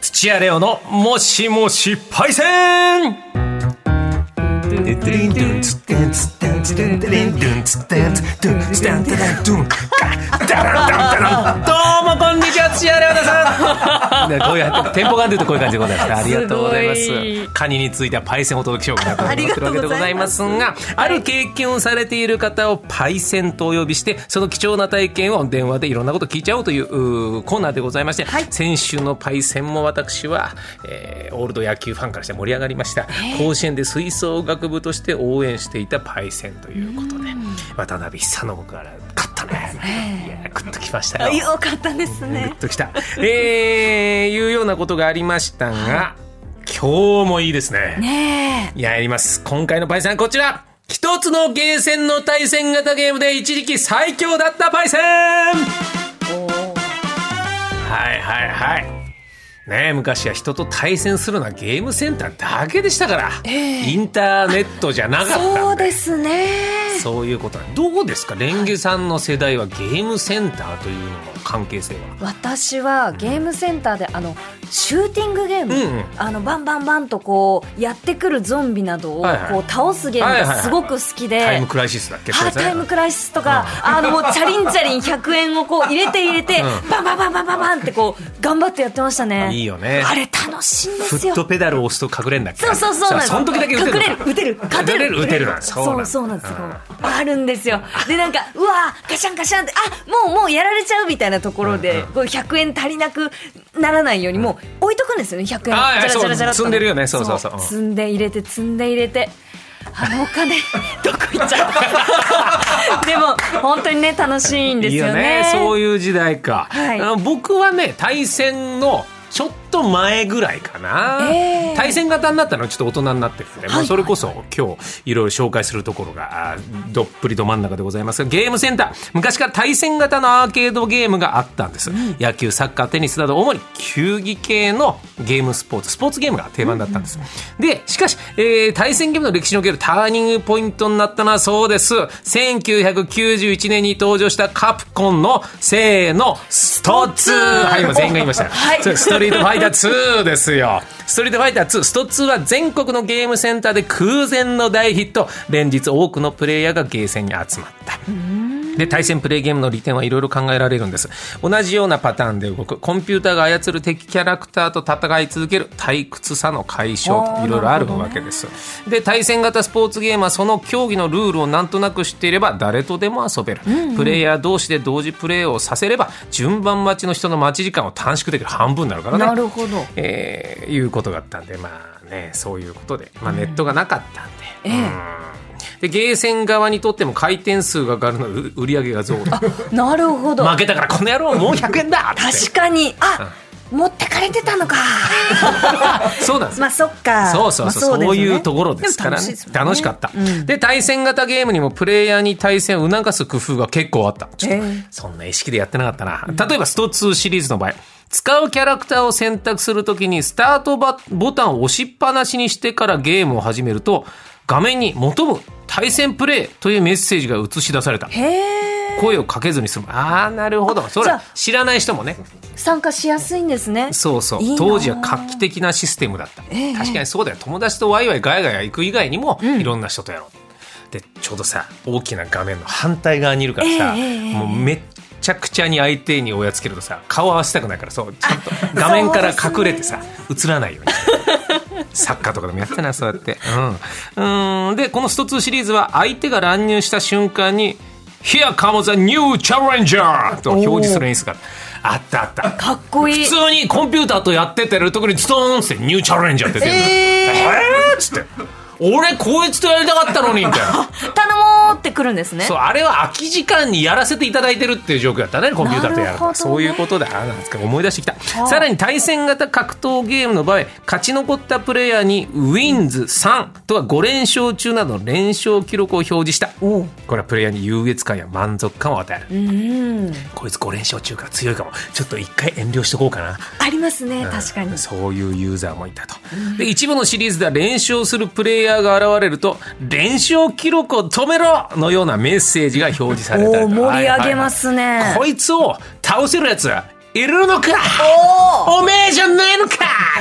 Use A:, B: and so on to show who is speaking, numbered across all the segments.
A: 土屋レオのもしもしパイセン どうもこんにちは土屋レオさん ねこうやってテンポ感で言うとこういう感じでございますありがとうございます
B: すごい
A: カニについてはパイセンをお届けしようかなと思ってるわけでございますがある経験をされている方をパイセンとお呼びしてその貴重な体験を電話でいろんなこと聞いちゃおうといううーコーナーでございまして、
B: はい
A: 先週のパイセンも私は、えーオールド野球ファンからして盛り上がりました、甲子園で吹奏楽部として応援していたパイセンということで渡辺久信から勝ったねいやグッときましたよ
B: よかったですね
A: グッときた。えー、いうようなことがありましたが、今日もいいですね。
B: ね
A: やります。今回のパイセンはこちら一つのゲーセンの対戦型ゲームで一時期最強だったパイセンはいはいはい。ねえ昔は人と対戦するのはゲームセンターだけでしたから、
B: ええ
A: インターネットじゃなかっ
B: え
A: たんで
B: そうですね
A: そういうことなんどうですかレンゲさんの世代はゲームセンターというのの関係性は
B: 私はゲームセンターであのシューティングゲーム、
A: うんうん
B: あのバンバンバンとこうやってくるゾンビなどをこ
A: はいはいう
B: 倒すゲーム
A: はいはいは
B: が
A: い
B: すごく好きで、
A: タイムクライシスだっけ
B: ハータイムクライシスとか、あのもうチャリンチャリン100円をこう入れて入れて、
A: う
B: バンバンバンバンバンバンってこう頑張ってやってましたね。
A: いいよね
B: あれ楽しいんで
A: フ
B: す
A: ッ
B: よ。
A: トペダルを押すと隠れんだっけ
B: そうそうそうなんです。
A: その時だけ打て
B: 隠
A: るの
B: れ
A: か
B: る、打てる、勝てる。
A: 打てる打てるそうな
B: そう
A: んだ
B: そうなんですよ。あるんですよ。で、なんか、うわー、ガシャンガシャンって、あもうもうやられちゃうみたいなところ
A: うん
B: で
A: うん、
B: こう100円足りなくならないように、もう置いとくんですよね、100円。
A: あー
B: ジャラジャラ
A: そ
B: ジャラっと
A: う積んでるよねそうそうそううん
B: 積んで入れて、積んで入れて。あのお金、 どこ行っちゃった。 でも、本当にね、楽しいんです
A: いい
B: よ
A: よ
B: ね
A: ね。そういう時代か、
B: はい
A: あの僕はね対戦のちょっと前ぐらいかな、
B: ええ
A: 対戦型になったのはちょっと大人になってるんで、ま
B: は
A: あ、
B: い
A: それこそ今日いろいろ紹介するところがあーどっぷりど真ん中でございますがゲームセンター昔から対戦型のアーケードゲームがあったんです、野球サッカーテニスなど主に球技系のゲームスポーツスポーツゲームが定番だったんです、でしかし、えー対戦ゲームの歴史におけるターニングポイントになったのはそうです1991年に登場したカプコンのせーのスト2はい今全員が言いました、
B: はい
A: そうですストリートファイター2ですよ。ストリートファイター2、スト2は全国のゲームセンターで空前の大ヒット。連日多くのプレイヤーがゲーセンに集まった。で、対戦プレイゲームの利点はいろいろ考えられるんです。同じようなパターンで動く。コンピューターが操る敵キャラクターと戦い続ける退屈さの解消
B: あ
A: と
B: ー
A: いろいろあるわけです。で、対戦型スポーツゲームはその競技のルールをなんとなく知っていれば誰とでも遊べる。プレイヤー同士で同時プレイをさせれば順番待ちの人の待ち時間を短縮できる半分になるからね。
B: なるほど。
A: えーいうことだったんでまあねそういうことで、まあ、ネットがなかったんで。
B: ええ
A: でゲーセン側にとっても回転数が上がるので売売り上げが増加
B: なるほど。
A: 負けたからこの野郎もう100円だって
B: 確かにあ、持ってかれてたの か
A: そうなんです
B: まあそっか
A: そうそうそう、
B: まあ
A: そう
B: ですね
A: いうところですからね
B: でも楽しいで
A: 楽
B: すも
A: し
B: んね
A: かった、で対戦型ゲームにもプレイヤーに対戦を促す工夫が結構あったちょっと
B: ええ
A: そんな意識でやってなかったな、例えばスト2シリーズの場合使うキャラクターを選択するときにスタートバボタンを押しっぱなしにしてからゲームを始めると画面に求む対戦プレイというメッセージが映し出された
B: へえ
A: 声をかけずに済むああなるほどそれ
B: じゃあ
A: 知らない人もね
B: 参加しやすいんですね
A: そうそう
B: いいなあ
A: 当時は画期的なシステムだった、
B: ええ
A: 確かにそうだよ友達とワイワイガヤガヤ行く以外にも、いろんな人とやろうでちょうどさ大きな画面の反対側にいるからさ、
B: ええええ
A: もうめっちゃくちゃに相手におやつけるとさ顔合わせたくないからそうちゃんと画面から隠れてさ、映らないようにサッカーとかでもやってたなそうやってうんうんでこのスト2シリーズは相手が乱入した瞬間に「Here comes a new challenger!」と表示する演出があったあったあった
B: かっこいい
A: 普通にコンピューターとやっててるとこにズドーンってニューチャレンジャーって出てる
B: え
A: えーっつって俺こいつとやりたかったの にみたいな
B: 頼もうってくるんですね
A: そうあれは空き時間にやらせていただいてるっていう状況だったねコンピューターとや
B: な
A: る
B: るほどね
A: そういうことだあなんですか思い出してきた
B: あ
A: さらに対戦型格闘ゲームの場合勝ち残ったプレイヤーにウィンズ3とか5連勝中などの連勝記録を表示した
B: おう
A: これはプレイヤーに優越感や満足感を与える、
B: うん
A: こいつ5連勝中から強いかもちょっと一回遠慮しとこうかな
B: ありますね確かに
A: そういうユーザーもいたと。で、一部のシリーズでは連勝するプレイヤーが現れると、連勝記録を止めろのようなメッセージが表示されたり
B: お
A: と
B: お盛り上げますね
A: はいはいはいこいつを倒せるやつ、いるのか
B: お
A: おめえじゃないのか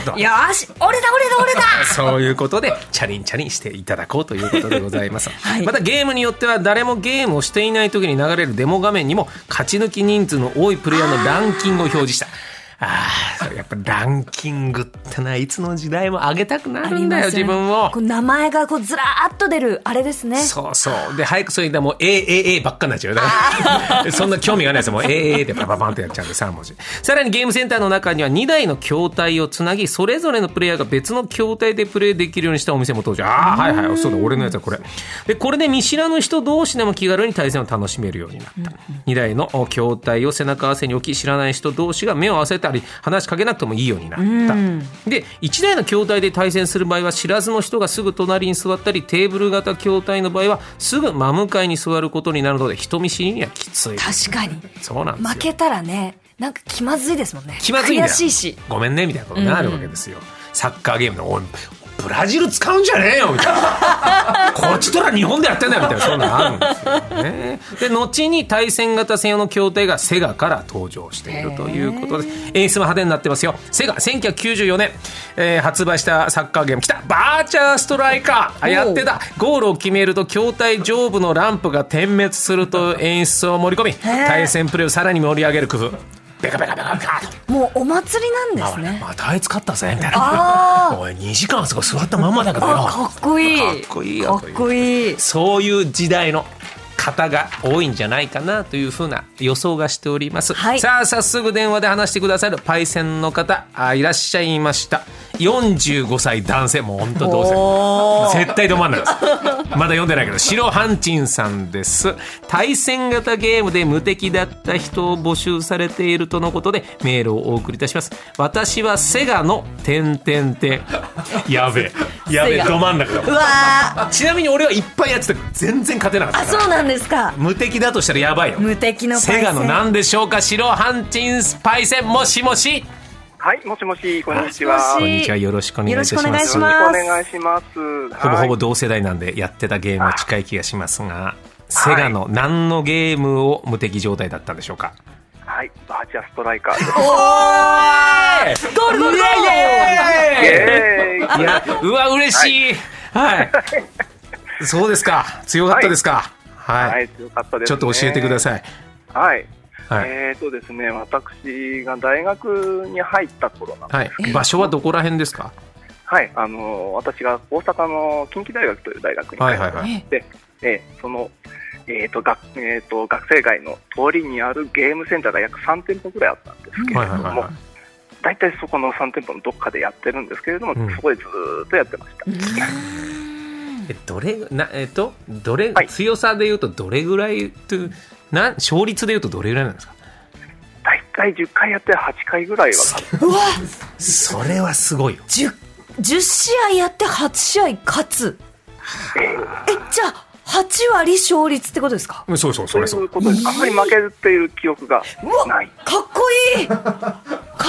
A: と
B: およし俺だ俺だ俺だ
A: そういうことでチャリンチャリンしていただこうということでございます
B: はい
A: またゲームによっては誰もゲームをしていない時に流れるデモ画面にも勝ち抜き人数の多いプレイヤーのランキングを表示したあーやっぱランキングってないつの時代も上げたくな
B: あ
A: る
B: り
A: んだ
B: ま
A: よ
B: すね
A: 自分を
B: こう名前がこうずらーっと出るあれですね
A: そうそう。で、早くそれでもう、ええええばっかになっちゃうよ。だから、そんな興味がないですよ。もう、ええええでバババンってやっちゃうんで、3文字。さらにゲームセンターの中には2台の筐体をつなぎ、それぞれのプレイヤーが別の筐体でプレイできるようにしたお店も登場。ああ、はいはい、そうだ、俺のやつはこれ。で、これで見知らぬ人同士でも気軽に対戦を楽しめるようになった。2台の筐体を背中合わせに置き、知らない人同士が目を合わせたり、話しかけなくてもいいようになった。で1台の筐体で対戦する場合は知らずの人がすぐ隣に座ったりテーブル型筐体の場合はすぐ真向かいに座ることになるので人見知りにはきつい
B: 確かに
A: そうなんですよ
B: 負けたらねなんか気まずいですもんね
A: 気まずいんだよ
B: 悔しいし
A: ごめんねみたいなことになるわけですよ、サッカーゲームのおいブラジル使うんじゃねえよみたい なこっちとら日本でやってんだよみたいなそんなのあるんですよねで後に対戦型専用の筐体がセガから登場しているということです演出も派手になってますよセガ1994年、えー発売したサッカーゲームきたバーチャーストライカーあやってたゴールを決めると筐体上部のランプが点滅すると演出を盛り込み対戦プレーをさらに盛り上げる工夫ベカベカベカベカと
B: もうお祭りなんで
A: あ
B: すね
A: またあいつ勝ったぜみたい
B: あ
A: なおい2時間あそこ座ったまんまだけどよ
B: あかっこいい
A: かっこいいよ
B: かっこいい
A: そういう時代の方が多いんじゃないかなというふうな予想がしております、
B: はい
A: さあ早速電話で話してくださるパイセンの方あいらっしゃいました45歳男性もう本当どうせ
B: おー
A: 絶対ど真ん中ですまだ読んでないけど白ハンチンさんです対戦型ゲームで無敵だった人を募集されているとのことでメールをお送りいたします私はセガの点々点やべえやべ
B: セ
A: え
B: ガ
A: ど真ん中だ
B: うわー
A: ちなみに俺はいっぱいやってたけど全然勝てなかった
B: あ
A: から
B: そうなんですか
A: 無敵だとしたらやばいよ
B: 無敵のパイセン
A: セガの何でしょうか白ハンチンスパイセンもしもし
C: はい、もしもし、こんにちは。
B: もしもし
A: こんにちはよろしくお願いいたし
B: よろしくお願
A: ま
B: い
A: す
B: します
C: よろしくお願いします。
A: ほぼほぼ
C: はい
A: 同世代なんでやってたゲームは近い気がしますが、セガの何のゲームを無敵状態だったんでしょうか。
C: はい、バーチャーストライカーです。
A: お
B: ゴー
A: ーい
B: ルゴールゴ
C: イエーイ
A: いや、うわ、嬉しい。はい。そうですか。強かったですか。はい。
C: はい、強かったです、
A: ちょっ
C: ね。
A: と教えてくだ
C: い。
A: さい。
C: はい。
A: はい。
C: えーとですね、私が大学に入った頃なんで
A: はい、場所はどこら辺ですか。
C: はい、あの私が大阪の近畿大学という大学に
A: は
C: 入
A: い
C: って、
A: はいはい。
C: えーその、えーと学えー、と学生街の通りにあるゲームセンターが約3店舗ぐらいあったんですけれども、
A: はいはいはいはい
C: 大体そこの3店舗のどっかでやってるんですけれども、
A: うん
C: そこでずーっとやってました。
A: え、どれ、な、えっと、どれ、
C: はい
A: 強さで言うと、どれぐらいという。な、勝率で言うと、どれぐらいなんですか。
C: 大体10回やって8回ぐらいは
B: うわ
A: それはすごいよ。
B: 10 10試合やって8試合勝つえじゃあ8割勝率ってことですか
A: そうそう、そ
C: そう
A: れそう
C: いう。ことですあんまり負けるっていう記憶が
B: うわ
C: ない
B: かっこいいか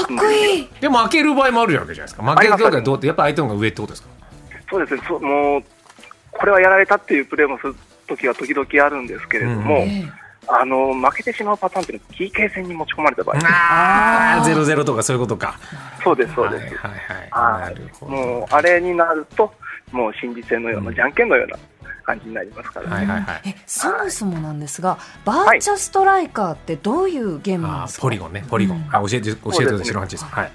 B: っこいい
A: でも負ける場合もあるわけじゃないですか。負ける場合はどうって、やっぱ相手の方が上ってことですか。
C: そうですねそうもうこれはやられたっていうプレーもする時は時々あるんですけれども、
A: う
C: あの負けてしまうパターンっていうのは PK 戦に持ち込まれた場合、
A: ああ、ゼロゼロとかそういうことか。
C: そうですそうです、
A: はいはい
C: は
A: はいい。なるほど。
C: もうあれになるともう心理戦のような、じゃんけんのような感じになりますから、ね
A: はいはいはい。
B: えそもそもなんですがバーチャストライカーってどういうゲームなん
A: あ
B: です
A: ー
B: か
A: ポリゴンね、ポリゴン。あ、教えて、教えてください、白八さん。はい。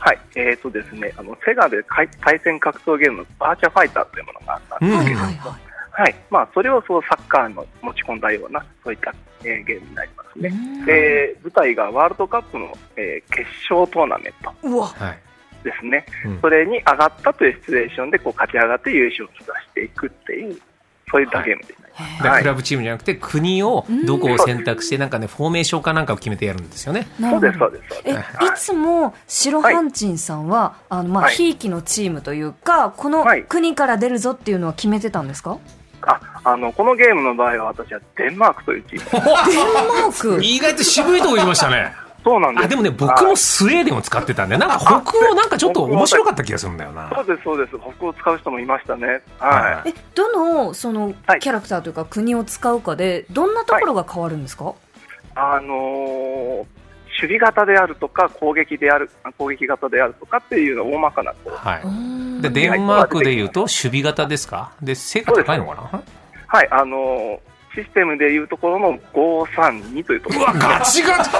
C: はいえーとですねあのセガでかい対戦格闘ゲームのバーチャファイターというものがあったん
A: う
C: です
B: はい
A: ん。
B: はいは
C: はいまあ、それをそうサッカーの持ち込んだような、そういった、えーゲームになりますね。
B: い
C: で、舞台がワールドカップの、えー決勝トーナメント
B: うわ
A: はい。
C: ですね、
A: うん
C: それに上がったというシチュエーションでこう勝ち上がって優勝を目指していくっていう、そういったゲームです、ね
A: だから
C: はい
A: クラブチームじゃなくて、国をどこを選択して、なんかね、フォーメーションかなんかを決めてやるんですよね。
B: な
C: そう
B: る
C: です、
B: ほ
C: そ
B: ど
C: うです、そう
B: えい
C: です。
B: つも白ハンチンさんは、あのまあ
C: はい
B: ひいきのチームというかこの
C: はい
B: 国から出るぞっていうのは決めてたんですか、
C: ああのこのゲームの場合は私はデンマークというチーム、
B: デンマーク
A: 意外と渋いとこ行きましたね。
C: そうなんです。
A: あ、でもね、僕
C: は
A: も
C: い
A: スウェーデンを使ってたんで、なんか北欧なんかちょっと面白かった気がするんだよな。
C: そうです、そうです、北欧を使う人もいましたね。
A: はい
C: はい
B: えどのその
C: はい
B: キャラクターというか国を使うかでどんなところが変わるんですか、
C: あのー守備型であるとか攻撃である攻撃型であるとかっていうの大まかなこう
A: は
B: う
A: い。
B: ん
A: で、デンマークでいうと、守備型ですかで、背が高いのかな
C: はいあのシステムでいうところの532というとこ
A: う
C: ろ
A: わ、ガチガチ、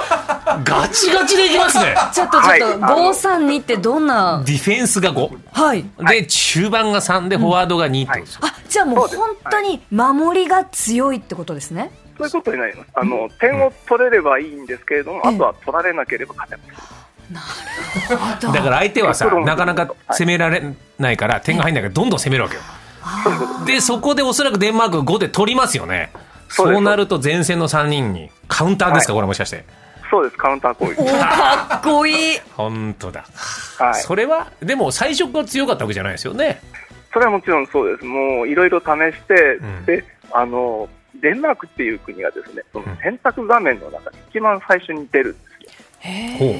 A: ガチガチでいきますね。
B: ちょっとちょっと、
C: はいあの
B: 532ってどんな
A: ディフェンスが5。
B: はい
A: で、中盤が3で、フォワードが2ってことですよ
B: あじゃあもう
C: そうです
B: 本当に守りが強いってことですね
C: そういうことになりますあの点を取れればいいんですけれどもあとは取られなければ勝てま
B: だ
A: だから相手はさ、
C: そう
A: なかなか攻められないから、点が入んないから、どんどん攻めるわけよ。で、そこでおそらくデンマーク5で取りますよね。
C: そうです
A: そうなると前線の3人に、カウンターですか、これもしかして。
C: すそうですカウンター攻撃
B: おかっこ いい
A: 本当だ。
C: はい
A: それは、でも最初が強かったわけじゃないですよね。
C: それはもちろんそうです、もういろいろ試して、
A: うん
C: であのデンマークっていう国がですねその選択画面の中で一番最初に出るんですよ。
A: ほ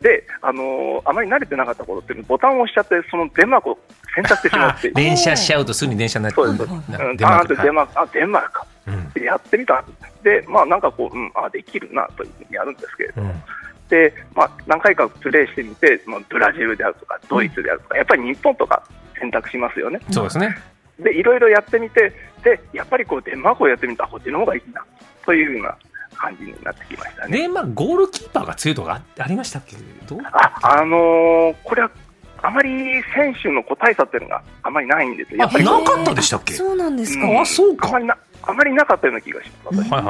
A: う
C: であのあまり慣れてなかった頃ってボタンを押しちゃってそのデンマークを選択してしまうっていう。
A: 連射しちゃうとすぐに電車になっちゃ
C: そう
A: う
C: です。そうです
A: な
C: うん
A: デンマ
C: あ
A: ーク
C: デンマーク、あ、デンマークか。
A: うん
C: でやってみた。で、まあ、なんかこう、うん、あ、できるなというふうにやるんですけれど、
A: うん
C: で、まあ、何回かプレイしてみて、まあ、ブラジルであるとか、ドイツであるとか、やっぱり日本とか選択しますよね。
A: そうですね。
C: でいろいろやってみてでやっぱりこうデンマークをやってみたらこっちの方がいいなというような感じになってきましたね。
A: デンマーク、ゴールキーパーが強いとかあありましたっけどう
C: ああのーこれはあまり選手の個体差っていうのがあまりないんですよ。やっぱり
A: あなかったでしたっけ
B: えーそうなんですか、
C: うん
A: あ、そうか。
C: あ
A: は
C: ま
A: い
C: りなあまりなかったような気がします。私
A: はい。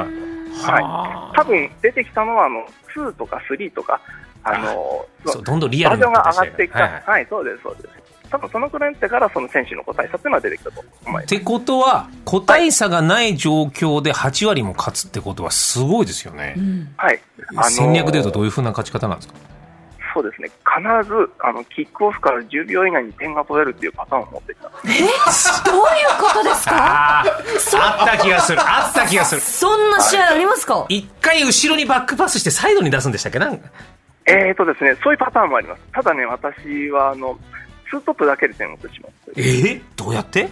C: は
A: はあ
C: 多分出てきたのはあの2とか3とかあのー
A: そう、どんどんリア
C: バー
A: ル
C: ジョンが上
A: 形
C: がってきた、
A: はい
C: は
A: はい
C: い、そうですそうです。多分そのくらいになってからその選手の個体差っていうのは出てきたと思い
A: っ
C: ます。
A: てことは、個体差がない状況で8割も勝つってことはすごいですよね
B: う。ん
C: はい。あのー
A: 戦略でいうとどういうふうな勝ち方なんですか
C: そうですね、必ずあのキックオフから10秒以内に点が取れるっていうパターンを持ってきた、
B: えー、どういうことですか
A: ああ、あった気がする。あった気がする。
B: そんな試合ありますか
A: 一回後ろにバックパスしてサイドに出すんでしたっけなんか
C: えーとですね、そういうパターンもあります、ただね、私はあのツートップだけで点を取ってしまう
A: えどうやって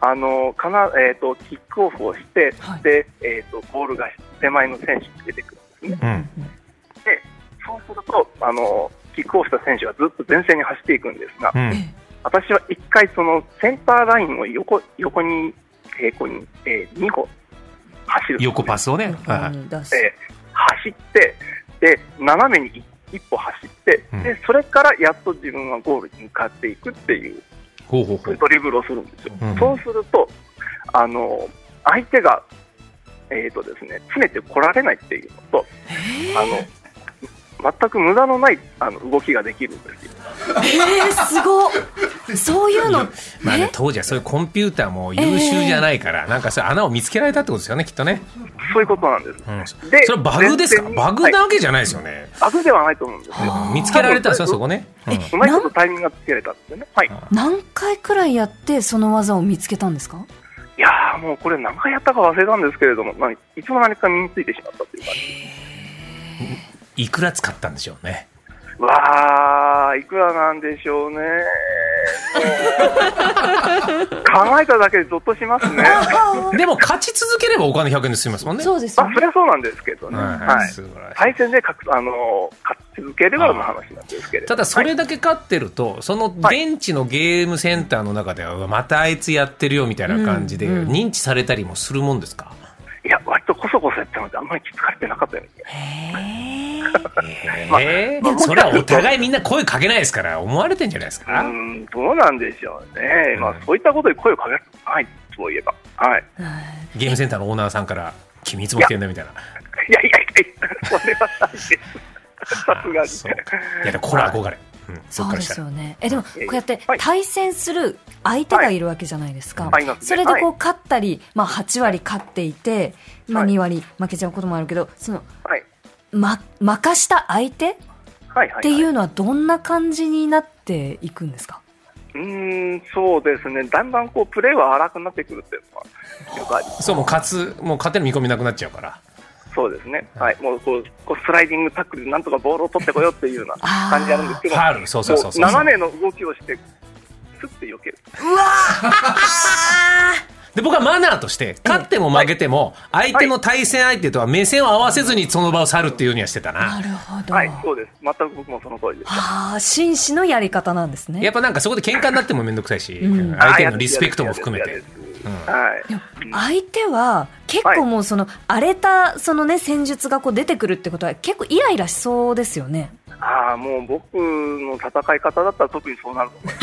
C: あのかな、えー、とキックオフをして、
B: はい
C: でえー、とボールが手前の選手に出てくるんですね、
A: うん。
C: でそうするとあのキックオフした選手はずっと前線に走っていくんですが、
A: うん。
C: 私は1回、そのセンターラインを横横に平行に、え2歩走るんですね
A: 横パスをね。はいはい
B: 出す
C: えー走ってで斜めに一歩走って、
A: うん
C: でそれからやっと自分はゴールに向かっていくっていう
A: ほうほうほう。
C: ドリブルをするんですよ、
A: うん
C: そうするとあの相手が、えーとですね、詰めてこられないっていうのと、あの全く無駄のないあの動きができるんですよ
B: えー、すごっそういうの
A: まあね
B: ね、
A: 当時はそういうコンピューターも優秀じゃないから、なんかそういう穴を見つけられたってことですよね、きっとね。
C: そういうことなんです、
A: うん。そ
C: で
A: れはバグですか
C: 前線に
A: バグなわけじゃないですよね。
C: バグではないと思うんですよ
B: はあ
A: 見つけられたんですよ、そこね。うん
B: え
C: うまいことタイミングがつけれたんですよね、はい、
B: 何回くらいやってその技を見つけたんですか
C: いやーもうこれ何回やったか忘れたんですけれども、まあ、いつの間にか身についてしまったという感じ
A: いくら使ったんでしょうね。
C: わー、いくらなんでしょうね。考えただけでゾッとします ね。あ、
A: でも勝ち続ければお金100円で済みますもんね。
B: そうです
C: そ
B: よね
C: りゃそうなんですけどね。
A: は、
C: はいい。
A: 素晴らしい。
C: 対戦で勝つあの勝ち続ければの話なんですけれど。
A: ただそ
C: はい
A: れだけ勝ってると、その現地のゲームセンターの中では、うわまたあいつやってるよみたいな感じで、
B: うんうん
A: 認知されたりもするもんですか、
C: いや、割とこそこそやってましたあんまり気づかれてなかったように。
B: へ
A: えーそれはお互いみんな声かけないですから、思われてんじゃないです
C: う
A: か、
C: ーん、どうなんでしょうね。まあ、そういったことに声をかけられてない、そういえば。はい。
B: え
A: ゲームセンターのオーナーさんから、君いつも来てんだみたいな。
C: いやいやいや、それはないです。さすがに。
A: そうかいや、でもこれは憧れ。うん、そ
B: そう
A: っから
B: で
A: した
B: す
A: ら。
B: よねえでもこ
C: いやいうや
B: やって
C: はい
B: 対戦する相手がいるわけじゃないですか、
C: はいいますね
B: それでこう勝ったり、まあ、8割勝っていて、まあ、
C: はい
B: 2割負けちゃうこともあるけどその、
C: はい。
B: ま、負かした相手っ
C: はい、はい。
B: ていうのはどんな感じになっていくんですか、
C: うーん、そうですね、だんだんこうプレーは荒くなってくるっていうのは、よくあります
A: そう、もう勝つ、もう勝てる見込みなくなっちゃうから。
C: そうですね、はい、もうこうこうスライディングタックルでなんとかボールを取ってこようっていうような
B: あー
C: 感じなんですけ
A: フ
C: ど、
A: ァール、そうそうそうそう。
C: もう斜めの動きをして、すって避ける、
B: うわー
A: で、僕はマナーとして、勝っても負けても、相手の対戦相手とは目線を合わせずにその場を去るっていうにはしてたな。
B: なるほど。
C: はい、そうです。全く僕もその通りです。
B: はあ、紳士のやり方なんですね。
A: やっぱなんかそこで喧嘩になってもめんどくさいし、
B: うん
A: 相手へのリスペクトも含め
C: あや
A: て
C: です。やですやですはい。
B: でも相手は結構もうその荒れたそのね戦術がこう出てくるってことは結構イライラしそうですよね。
C: ああ、もう僕の戦い方だったら特にそうなると 思い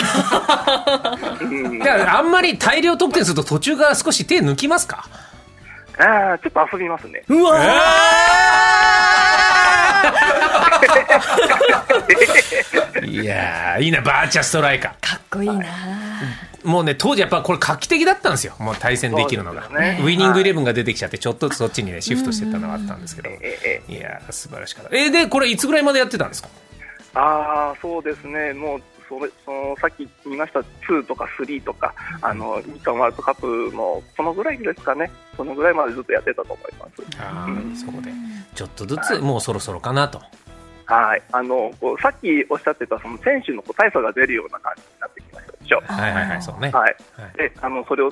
C: ます。うん、
A: だからあんまり大量得点すると途中から少し手抜きますか
C: ああ、ちょっと遊びますね。
B: うわー、
A: いやーいいなバーチャストライカ
B: かっこいいな。
A: ーもうね当時やっぱこれ画期的だったんですよもう対戦できるのが、
C: そうですよね
A: ウイニングイレブンが出てきちゃってちょっとずつそっちにねシフトしてったのがあったんですけど、
C: ええ
A: いやー素晴らしかったえーでこれいつぐらいまでやってたんですか
C: ああ、そうですね。もう、それ、その、さっき言いました2とか3とか、あの、日韓ワールドカップも、このぐらいですかね。そのぐらいまでずっとやってたと思います。
A: あーそこでちょっとずつもうそろそろかなと
C: はい。あの、こうさっきおっしゃってた、その、選手の個体差が出るような感じになってきましたでしょ。
A: はいはいはいそうね、
C: はい。
A: はい
C: で、あの、それを、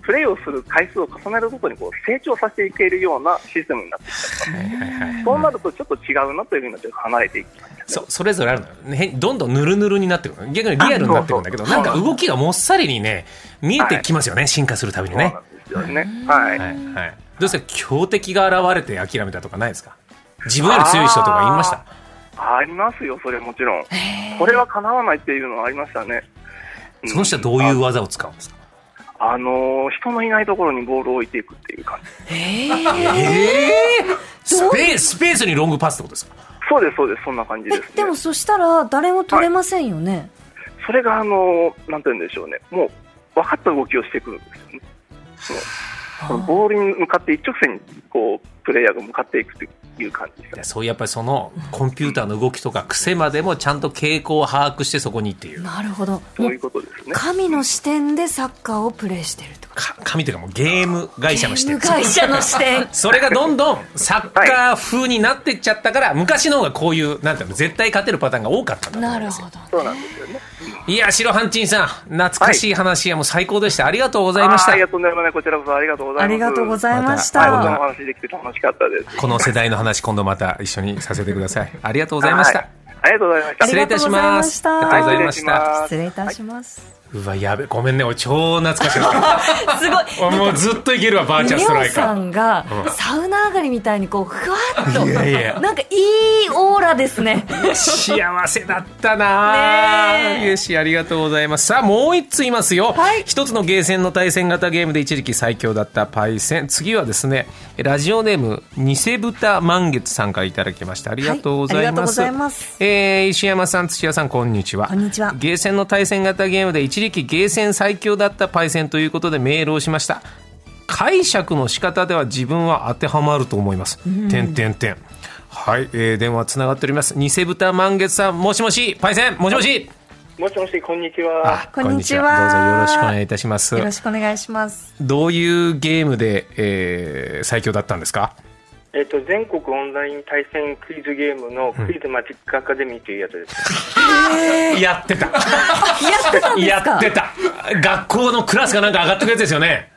C: プレーをする回数を重ねるごとにこう成長させていけるようなシステムになって
A: はいはいはい
C: そうなるとちょっと違うなというふうになって離れていきます
A: そうそれぞれあるのよね変どんどんぬるぬるになってくるの逆にリアルになってくるんだけど
C: あそう
A: な
C: そ
A: ん
C: う
A: か動きがもっさりにね見えてきますよね、進化するたびにね
C: そうなんですよね。はい。
A: はいはい、どうですか強敵が現れて諦めたとかないですか自分より強い人とか言いました
C: ありますよ、それもちろん。
B: へー
C: これは叶わないっていうのはありましたね。うん
A: その人はどういう技を使うんですか
C: ああのー人のいないところにボールを置いていくっていう感じ。
B: へ
A: え
B: ー
A: えスペーススペースにロングパスってことですか
C: そうです、そうです、そんな感じです、ね
B: え。でもそしたら誰も取れませんよね。
C: それが、あのーなんて言うんでしょうね。もう、分かった動きをしてくるんですよね。その
B: はあ
C: ボールに向かって一直線に、こう、プレイヤーが向かっていくっていう感じです
A: い
C: ね
A: や。そういうやっぱりそのコンピューターの動きとか癖までもちゃんと傾向を把握してそこにっていう
B: なるほど。
C: そ
B: も
C: ういう
B: う
C: ことですね。
B: 神の視点でサッカーをプレーしてるってこと。
A: か神というかもうゲーム会社の視点。
B: ゲーム会社の視点
A: それがどんどんサッカー風になってっちゃったから昔の方がこういうなんていうの絶対勝てるパターンが多かったんだと 思
B: ないる
A: ますよ
B: ほど。
C: そうなんですよね。
A: いや白ハンチンさん懐かしい話やもう最高でしたありがとうございまし
C: あー
A: た
C: ありがとうございます。こちらこそありがとうござ
B: あ
C: います。
B: りがとうございまし
A: ま
B: た。
A: た
C: はい、
A: は
C: お話できて楽しかったです。
A: この世代の話今度また一緒にさせてくださいありがとうございました、
C: はいありがとうございました。
A: 失礼いたします
B: ありがと
A: あり
B: うご
A: がとう
B: ざい
A: ございま
B: ま
A: し
C: したた
B: 失礼いたします。
A: うわやべごめんね俺超懐かしかっ
B: すごい。
A: たもうずっといけるわバーチャー
B: レ
A: ストラ
B: オ
A: イ
B: さ
A: カ
B: んが
A: うん
B: サウナ上がりみたいにこうふわっと
A: いやいや
B: なんかいいオーラですね
A: ー幸せだったな
B: ねえ
A: ーよしありがとうございますさあもう一ついますよ、
B: はい
A: 一つのゲーセンの対戦型ゲームで一時期最強だったパイセン次はですねラジオネーム偽豚満月さんからいただきましたありがとうござ
B: はい
A: います、
B: ありがとうございます
A: えー石山さん土屋さんこんにちは
B: こんにちは
A: ゲーセンの対戦型ゲームで一力ゲーセン最強だったパイセンということでメールをしました解釈の仕方では自分は当てはまると思います。点点点。はい、えー、電話つながっております。偽豚満月さん、もしもし、パイセン、もしもし。
C: もしもし、こんにちは。
B: こんにちは
A: どうぞよろしくお願いいたしま す
B: よ。ろしくお願いします
A: どういうゲームで、えー、最強だったんですか。
D: えっと、全国オンライン対戦クイズゲームのクイズマジックアカデミーというやつです。
A: やってた。
B: やってたんです
A: や
B: か
A: ってた。学校のクラスがなんか上がってくやつですよね。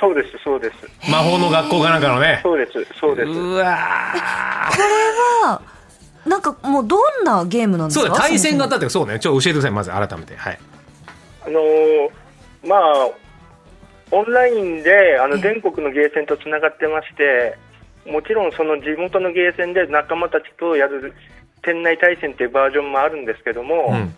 D: そうです、そうです。
A: 魔法の学校がなんかのね。
D: そうです、そうです。
A: うわー。
B: あなんかもうどんなゲームなんです
A: そう
B: か
A: だよ、対戦型って、そうね、ちょっと教えてください、まず改めて。はい。
D: あのーまあ、オンラインであの全国のゲーセンとつながってまして、もちろんその地元のゲーセンで仲間たちとやる店内対戦というバージョンもあるんですけども、
A: うん。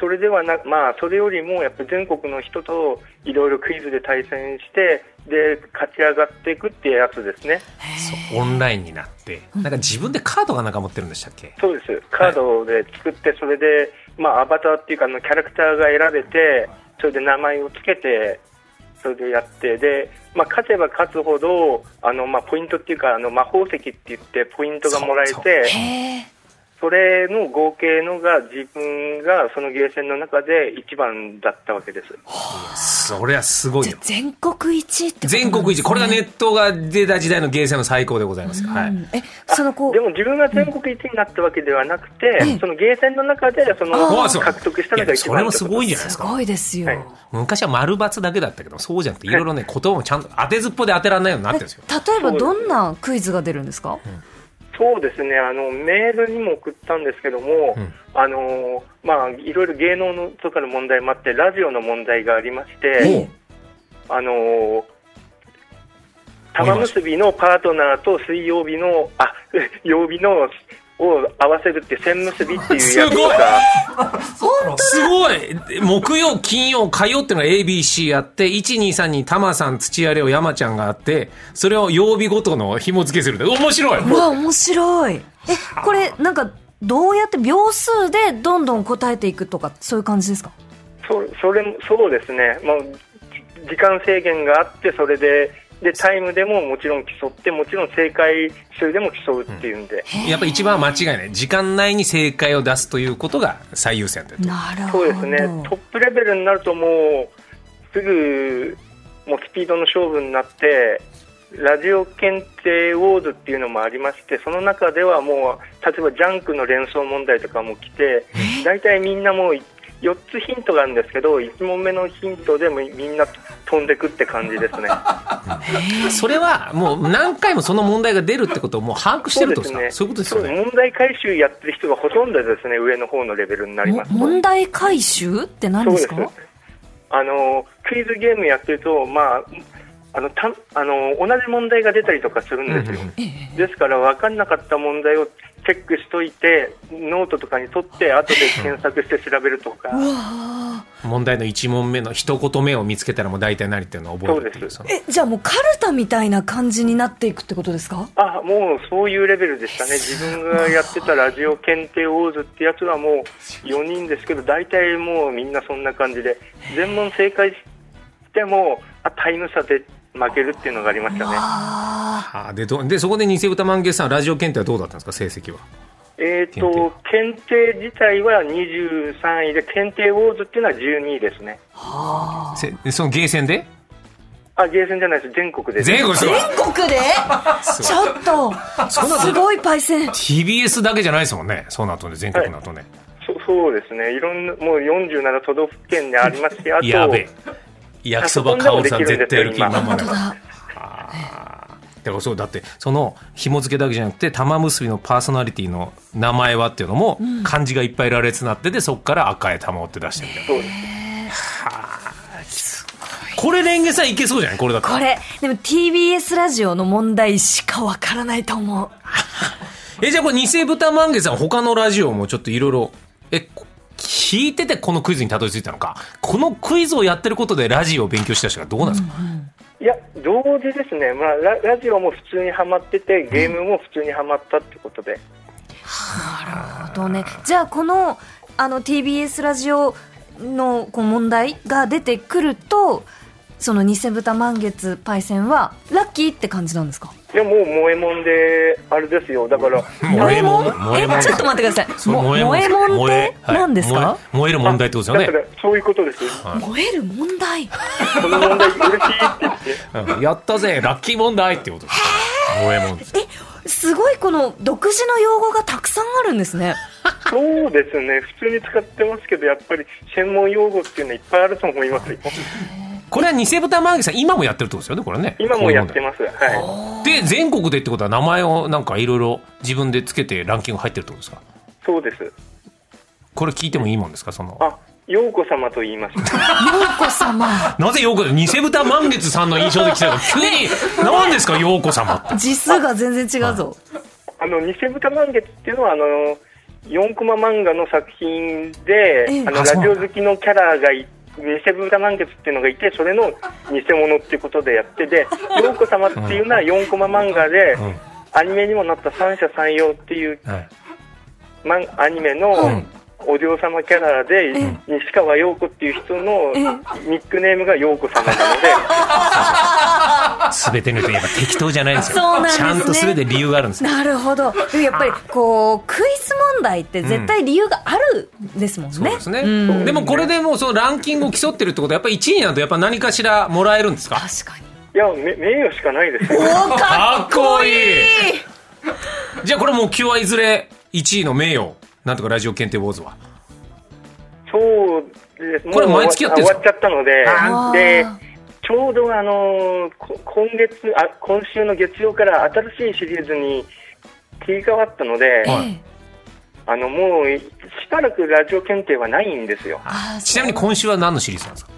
D: それではな、まあ、それよりもやっぱ全国の人といろいろクイズで対戦して、で、勝ち上がっていくっていうやつですね。
A: そうオンラインになって、なんか自分でカードがなんか持ってるんでしたっけ。
D: そうです。カードで作って、それで、まあ、アバターっていうか、あの、キャラクターが選べて、それで名前をつけて、それでやって、で、まあ、勝てば勝つほど、あの、まあ、ポイントっていうか、あの、魔法石って言って、ポイントがもらえ
A: そう
D: て、
B: へー
D: そ
C: それの合計のが自分がそのゲーセンの中で一番だったわけです。
A: そりゃすごい
B: じゃ
A: よ
B: あ。全国一位ってことなんですね
A: 全国一、これがネットが出た時代のゲーセンの最高でございます。は
B: う
A: い。
B: んえそのこう
C: でも自分が全国一になったわけではなくて、そのゲーセンの中でその
A: わあすごい
C: 獲得したの
A: い
C: が
A: や
C: 一
A: それ
C: 番
A: も
C: って
A: す
C: こと
A: ごいじゃないです
B: す
A: か。
B: ごいですよ、
C: はい
A: 昔は丸×だけだったけどそうじゃなくていろいろね言葉もちゃんと当てずっぽで当てられないようになってるんですよ
B: え例えばどんなクイズが出るんですか、
C: そうですねあのメールにも送ったんですけども、
A: うん
C: あのまあ、いろいろ芸能のとかの問題もあってラジオの問題がありまして、あの玉結びのパートナーと水曜日のあ 曜日のを合わせるって線結びっていうやつと か
A: すごい木曜金曜火曜っていうのが ABC あって123にタマさん土屋レオ山ちゃんがあってそれを曜日ごとの紐付けするんだ面白いう
B: わ面白いえこれなんかどうやって秒数でどんどん答えていくとかそういう感じですか
C: そそれもそうですね、まあ、じ時間制限があってそれででタイムでももちろん競ってもちろん正解数でも競うっていうんで。
A: やっぱ一番は間違いない時間内に正解を出すということが最優先だと
B: なる
C: そ
B: ほ
C: う
B: ど
C: ですね、トップレベルになるともう、すぐもうスピードの勝負になって、ラジオ検定ウォーズっていうのもありまして、その中ではもう、例えばジャンクの連想問題とかも来て、大体みんなもう4つヒントがあるんですけど、1問目のヒントでもみんな飛んでくって感じで すね。
A: それはもう何回もその問題が出るってことをもう把握してるってことですかそういうことですよね
C: そう問題回収やってる人がほとんどですね、上の方のレベルになります。
B: も問題回収って何ですか
C: そうですあのクイズゲームやってると、まあ、あのたあの同じ問題が出たりとかするんですよ、
A: うんうん
B: ええ
C: ですから分かんなかった問題をチェックしといてノートとかに取って後で検索して調べるとか
B: うわ
A: 問題の1問目の一言目を見つけたらもう大体何っていうのを覚えるっていう
C: そ
A: そ
B: ー
A: の
B: えじゃあもうカルタみたいな感じになっていくってことですか
C: あもうそういうレベルでしたね自分がやってたラジオ検定ウォーズってやつはもう4人ですけど大体もうみんなそんな感じで全問正解してもあタイム差で負けるっていうのがありましたね。
B: あ
A: あーでどでそこで偽歌満月さんラジオ検定はどうだったんですか成績は
C: えー、と検定自体は23位で検定ウォーズっていうのは12位ですね
A: せそのゲーセンで
C: あゲーセンじゃないです全国です
A: 全国す
B: ー
A: ごい
B: 全国でちょっとすごいパイセン
A: TBS だけじゃないですもんねそうなるとね全国になるとね、
C: そそうですねいろんなもう47都道府県にありますしあと
A: やべえ焼きそばかおさん絶対やる気今ま
B: 本
A: で
B: 当だ
A: だからそうだってその紐付けだけじゃなくて玉結びのパーソナリティの名前はっていうのも漢字がいっぱい羅列になっててそっから赤い玉をって出してみたいな、
C: そうです
A: これレンゲさんいけそうじゃないこれだと
B: これでも TBS ラジオの問題しかわからないと思う
A: えじゃあこれ偽豚満月さん他のラジオもちょっといろいろえこ聞いててこのクイズにたどり着いたのかこのクイズをやってることでラジオを勉強した人がどうなんですか、
C: いや同時ですね、まあ、ララジオも普通にはまっててゲームも普通にはまったってことで、
B: なるほどねじゃあこのあの TBS ラジオのこう問題が出てくるとその偽豚満月パイセンはラッキーって感じなんですか
C: いやもう萌えもんであれですよだから
A: 萌えもん
B: 萌えもんえちょっと待ってください
A: そう
B: も萌えもんって何です
A: はい
B: か
A: 燃え燃える問題ってことで
C: だ
A: す
C: か
A: よね
C: らそういうことですよ
B: 燃える問題
C: この問題嬉しいって言って
A: うんやったぜラッキー問題ってことです萌えもんです
B: えすごいこの独自の用語がたくさんあるんですね
C: そうですね、普通に使ってますけど、やっぱり専門用語っていうのはいっぱいあると思いますよ。
A: これは偽豚満月さん今もやってるってことですよねこれね
C: 今もやってます。はい。
A: すで全国でってことは名前をなんかいろいろ自分でつけてランキング入ってるってことですか
C: そうです。
A: これ聞いてもいいもんですかその
C: あ、ようこ様と言います。
B: ようこ様
A: なぜ陽子で偽豚満月さんの印象で来たの急に何ですか陽子様って
B: 字数が全然違うぞ
C: あの、偽豚満月っていうのは、あの、4コマ漫画の作品で
B: ええ、
C: あの、
A: あ
C: ラ
A: そう
C: ジ
A: なんだ
C: オ好きのキャラがい、偽豚満月っていうのがいて、それの偽物っていうことでやっ てで、ようこ様っていうのは4コマ漫画で
A: ん、
C: アニメにもなった三者三様っていう
A: はい
C: マンアニメのお嬢様キャラで、西川 陽子っていう人のニックネームが陽子様なので、
A: 全てのといえば適当じゃないですよ
B: そうなんですね
A: ちゃんと全て理由があるんですよ
B: なるほど。でもやっぱりこうクイズ問題って絶対理由があるんですもんね。
A: そうですね、
B: ん
A: でもこれでもうそのランキングを競ってるってことはやっぱり1位になるとやっぱ何かしらもらえるんですか
B: 確かに。
C: いや、め名誉しかないですよ。
B: お
A: か
B: か
A: っ
B: っ
A: こ
B: こ
A: い
B: い
A: い
B: い。
A: じゃあこれもう今日はいずれ1位の名誉なんとかラジオ検定ウォーズは
C: そうです。
A: これ毎月やってん
C: る
A: すか
C: 終わっちゃったので
B: あー、
C: で、ちょうどあのーこ今月あ、今週の月曜から新しいシリーズに切り替わったので、
A: はい
B: ええ
C: あの、もう、しばらくラジオ検定はないんですよ。
B: あー
A: ちなみに
B: そう
A: 今週は何のシリーズなんですか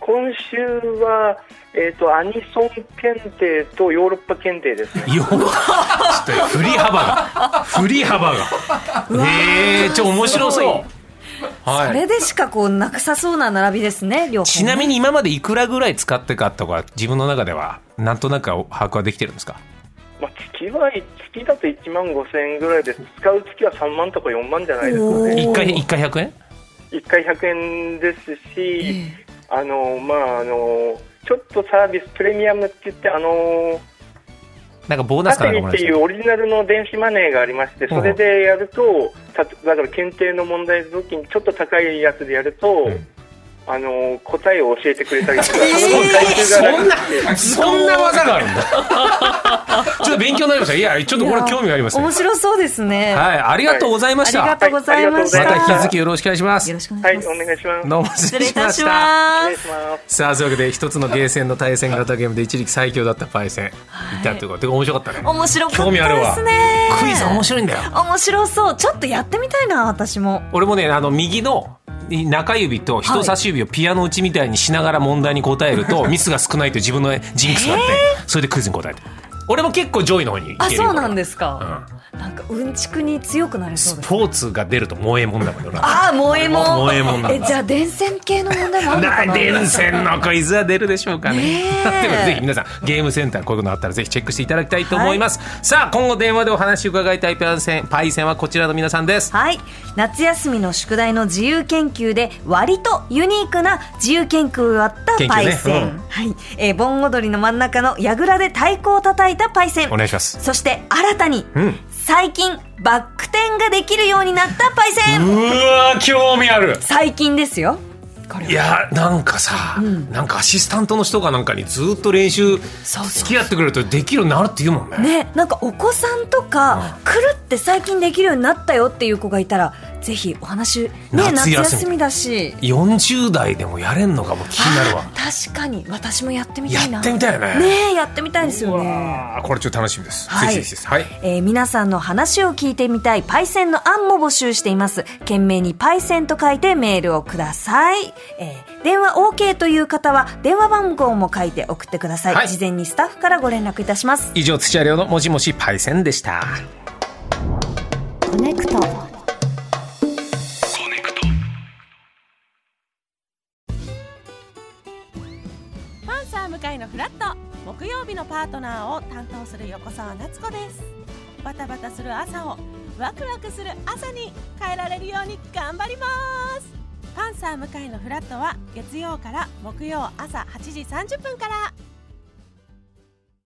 C: 今週は、えっ、と、アニソン検定とヨーロッパ検定ですね。
A: よちょっと振り幅が振り幅がへえちょ面白そう
B: そ
A: はい
B: れでしかこうなくさそうな並びですね。両方ね。
A: ちなみに今までいくらぐらい使ってかとか自分の中ではなんとなくは把握はできてるんですか
C: まあ、月は、月だと1万5千円ぐらいです。使う月は3万とか4万じゃないですか
B: おー
C: ね。
A: 1回一回100円
C: 1回100円です
B: え
C: し、
B: え
C: あの、まあ、あの、ちょっとサービスプレミアムって言って、あの、
A: なんかボーナ
C: パ
A: スかな
C: テ
A: ん
C: リ
A: かも
C: っ
A: らえ
C: て
A: るんです
C: いう
A: か
C: オリジナルの電子マネーがありまして、それでやると、ただから検定の問題の時にちょっと高いやつでやると、
A: ん
C: あの、答えを教えてくれたりとか、 その
A: そ
C: 回収が楽
A: んなそんな技があるんだちょっと勉強になりましたいやちょっとこれ興味ありますね
B: 面白そうですね。
A: はいありがとうございま
B: あ
A: し
B: り
A: た
B: がとうございました。
A: ま
C: はいありが
A: た引
C: とうございま
A: き続きよろしくお願いします
B: よろしくお
C: は
B: 願
C: い
B: いし、ます。
C: お願いします。
A: どうも失
B: 失
A: 礼
B: 礼い
A: しま
B: た
A: し
B: したま
C: 失礼
B: す。
C: します。
A: さあそういうわけで一つのゲーセンの対戦型ゲームで一力最強だったパイセンいたということで面白かったね
B: 面白か
A: 興
B: っ
A: 味あ
B: た
A: る
B: で
A: わ
B: すね。
A: クイズ面白いんだよ
B: 面白そう。ちょっとやってみたいな私も。
A: 俺もねあの右の中指と人差し指をピアノ打ちみたいにしながら問題に答え ると、ミスが少ないという自分のジンクスがあって、それでクイズに答えて俺も結構上位の方にいけるよ
B: あ、そうなんですすか。なんかうんちくに強くなれそ
A: ス
B: うです。
A: ポーツが出ると萌えもんだからな
B: ああ、萌えもん。
A: 萌えもんなんだ
B: え、じゃあ、伝染系の問題もあるのか
A: な
B: な。
A: 電線のクイズは出るでしょうかね。
B: ねえ
A: ということでぜひ皆さんゲームセンターこういうのあったらぜひチェックしていただきたいと思います。さあ今後電話でお話を伺いたいパイセンパイセンはこちらの皆さんです。
B: はい。夏休みの宿題の自由研究で、割とユニークな自由研究をやった
A: 研究ね
B: パイセン。
A: うん
B: はい。えー盆踊りの真ん中の櫓で太鼓を叩いたパイセン。
A: お願いします。
B: そして、新たに、
A: うん
B: 最近、バック転ができるようになったパイセン。
A: うわー興味ある。
B: 最近ですよ。これはい
A: やなんかさ、なんかアシスタントの人がなんかにずっと練習
B: そうそう
A: 付き合ってくれるとできるようになるって言うもんね。
B: ね、なんかお子さんとか、くるって最近できるようになったよっていう子がいたら、ぜひお話、ね、
A: 夏休み
B: 夏休みだし。
A: 40代でもやれんのがもう気になるわ
B: あ。ー確かに、私もやってみたいな。
A: やってみたいよね。
B: ねえ、やってみたいですよね。
A: あーこれちょっと楽しみです。
B: はい
A: ぜひぜひです。はい。
B: えー皆さんの話を聞いてみたいパイセンの案も募集しています。懸命にパイセンと書いてメールをください。えー電話 OK という方は電話番号も書いて送ってください。
A: はい
B: 事前にスタッフからご連絡いたします。
A: 以上土屋亮のもしもしパイセンでした。
E: コネクト。
F: パンサー向かいのフラット木曜日のパートナーを担当する横澤夏子ですバタバタする朝をワクワクする朝に変えられるように頑張りますパンサー向かいのフラットは月曜から木曜朝8時30分から